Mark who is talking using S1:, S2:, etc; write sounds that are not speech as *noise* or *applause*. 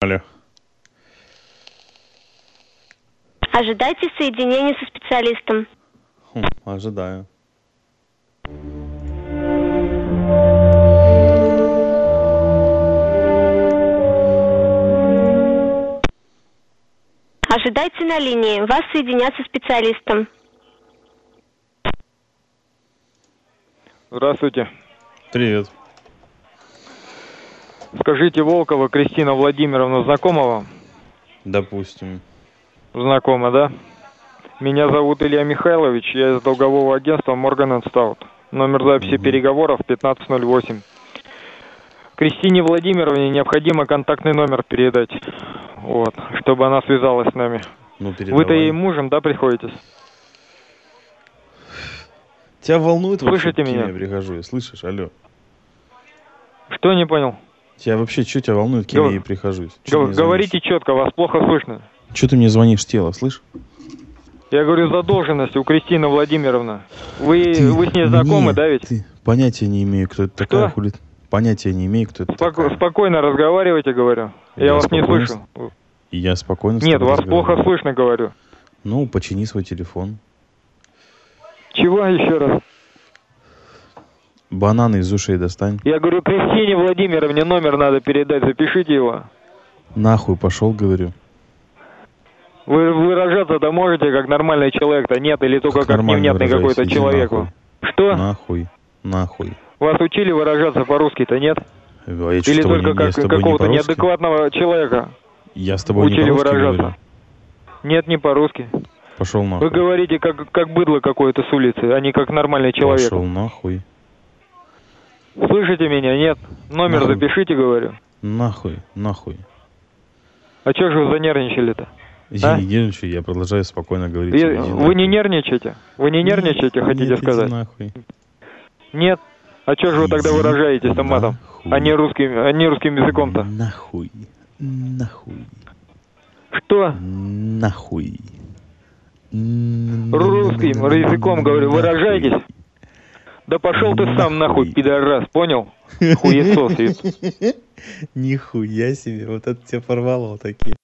S1: Алло.
S2: Ожидайте соединения со специалистом.
S1: Хм, ожидаю.
S2: Ожидайте на линии. Вас соединят со специалистом.
S3: Здравствуйте.
S1: Привет.
S3: Скажите, Волкова Кристина Владимировна знакома вам?
S1: Допустим.
S3: Знакома, да? Меня зовут Илья Михайлович, я из долгового агентства Morgan Stout. Номер записи
S1: Мгм.
S3: переговоров 1508. Кристине Владимировне необходимо контактный номер передать, вот, чтобы она связалась с нами.
S1: Ну, передавай.
S3: Вы-то ей мужем, да, приходитесь?
S1: Тебя волнует вообще,
S3: Слышите
S1: кем
S3: меня?
S1: я прихожу? Я слышишь? Алло.
S3: Что не понял?
S1: Тебя вообще, что тебя волнует, кем
S3: Гов-
S1: я и прихожусь?
S3: Гов- говорите четко, вас плохо слышно.
S1: Что ты мне звонишь тело, слышь?
S3: Я говорю, задолженность у Кристины Владимировны. Вы,
S1: Ты-
S3: вы с ней знакомы,
S1: нет,
S3: да ведь?
S1: Ты понятия не имею, кто это такая
S3: Что?
S1: хули... Понятия не имею, кто это
S3: Споко-
S1: такая.
S3: спокойно разговаривайте, говорю. Я,
S1: Я
S3: вас
S1: спокойно
S3: не
S1: с-
S3: слышу.
S1: И Я спокойно с
S3: Нет,
S1: тобой
S3: вас
S1: разговариваю.
S3: плохо слышно, говорю.
S1: Ну, почини свой телефон.
S3: Чего еще раз?
S1: Бананы из ушей достань.
S3: Я говорю, Кристине Владимировне номер надо передать, запишите его.
S1: Нахуй пошел, говорю.
S3: Вы выражаться-то можете как нормальный человек-то, нет, или только как,
S1: нормально
S3: невнятный
S1: выражайся,
S3: какой-то
S1: иди
S3: человеку. Что?
S1: Нахуй. Нахуй. Нахуй.
S3: Вас учили выражаться по-русски-то, нет?
S1: Я говорю, а я чё,
S3: или
S1: с тобой не-
S3: только
S1: я
S3: как
S1: с тобой не
S3: какого-то
S1: по-русски?
S3: неадекватного человека
S1: Я с тобой не
S3: учили
S1: по-русски
S3: выражаться?
S1: говорю.
S3: Нет, не по-русски.
S1: Пошел
S3: Вы
S1: нахуй.
S3: говорите как, как быдло какое-то с улицы, а не как нормальный человек.
S1: Пошел нахуй.
S3: Слышите меня? Нет. Номер
S1: Нахуй.
S3: запишите, говорю.
S1: Нахуй, нахуй.
S3: А чё же вы занервничали-то?
S1: Я
S3: А?
S1: не нервничаю, я продолжаю спокойно говорить.
S3: И-
S1: Иди
S3: Вы не
S1: нахуй.
S3: нервничаете? Вы не
S1: ну,
S3: нервничаете,
S1: Нет,
S3: хотите
S1: иди
S3: сказать?
S1: нахуй.
S3: Нет. А чё же вы тогда
S1: Иди
S3: выражаетесь там матом?
S1: нахуй.
S3: А не русским, а не русским языком-то?
S1: Нахуй. Нахуй.
S3: Что?
S1: Нахуй.
S3: Русским языком, говорю, выражайтесь. Да пошел ты сам
S1: Нахуй.
S3: нахуй, пидорас, понял? Хуесос. и-
S1: *laughs* Нихуя себе, вот это тебя порвало такие.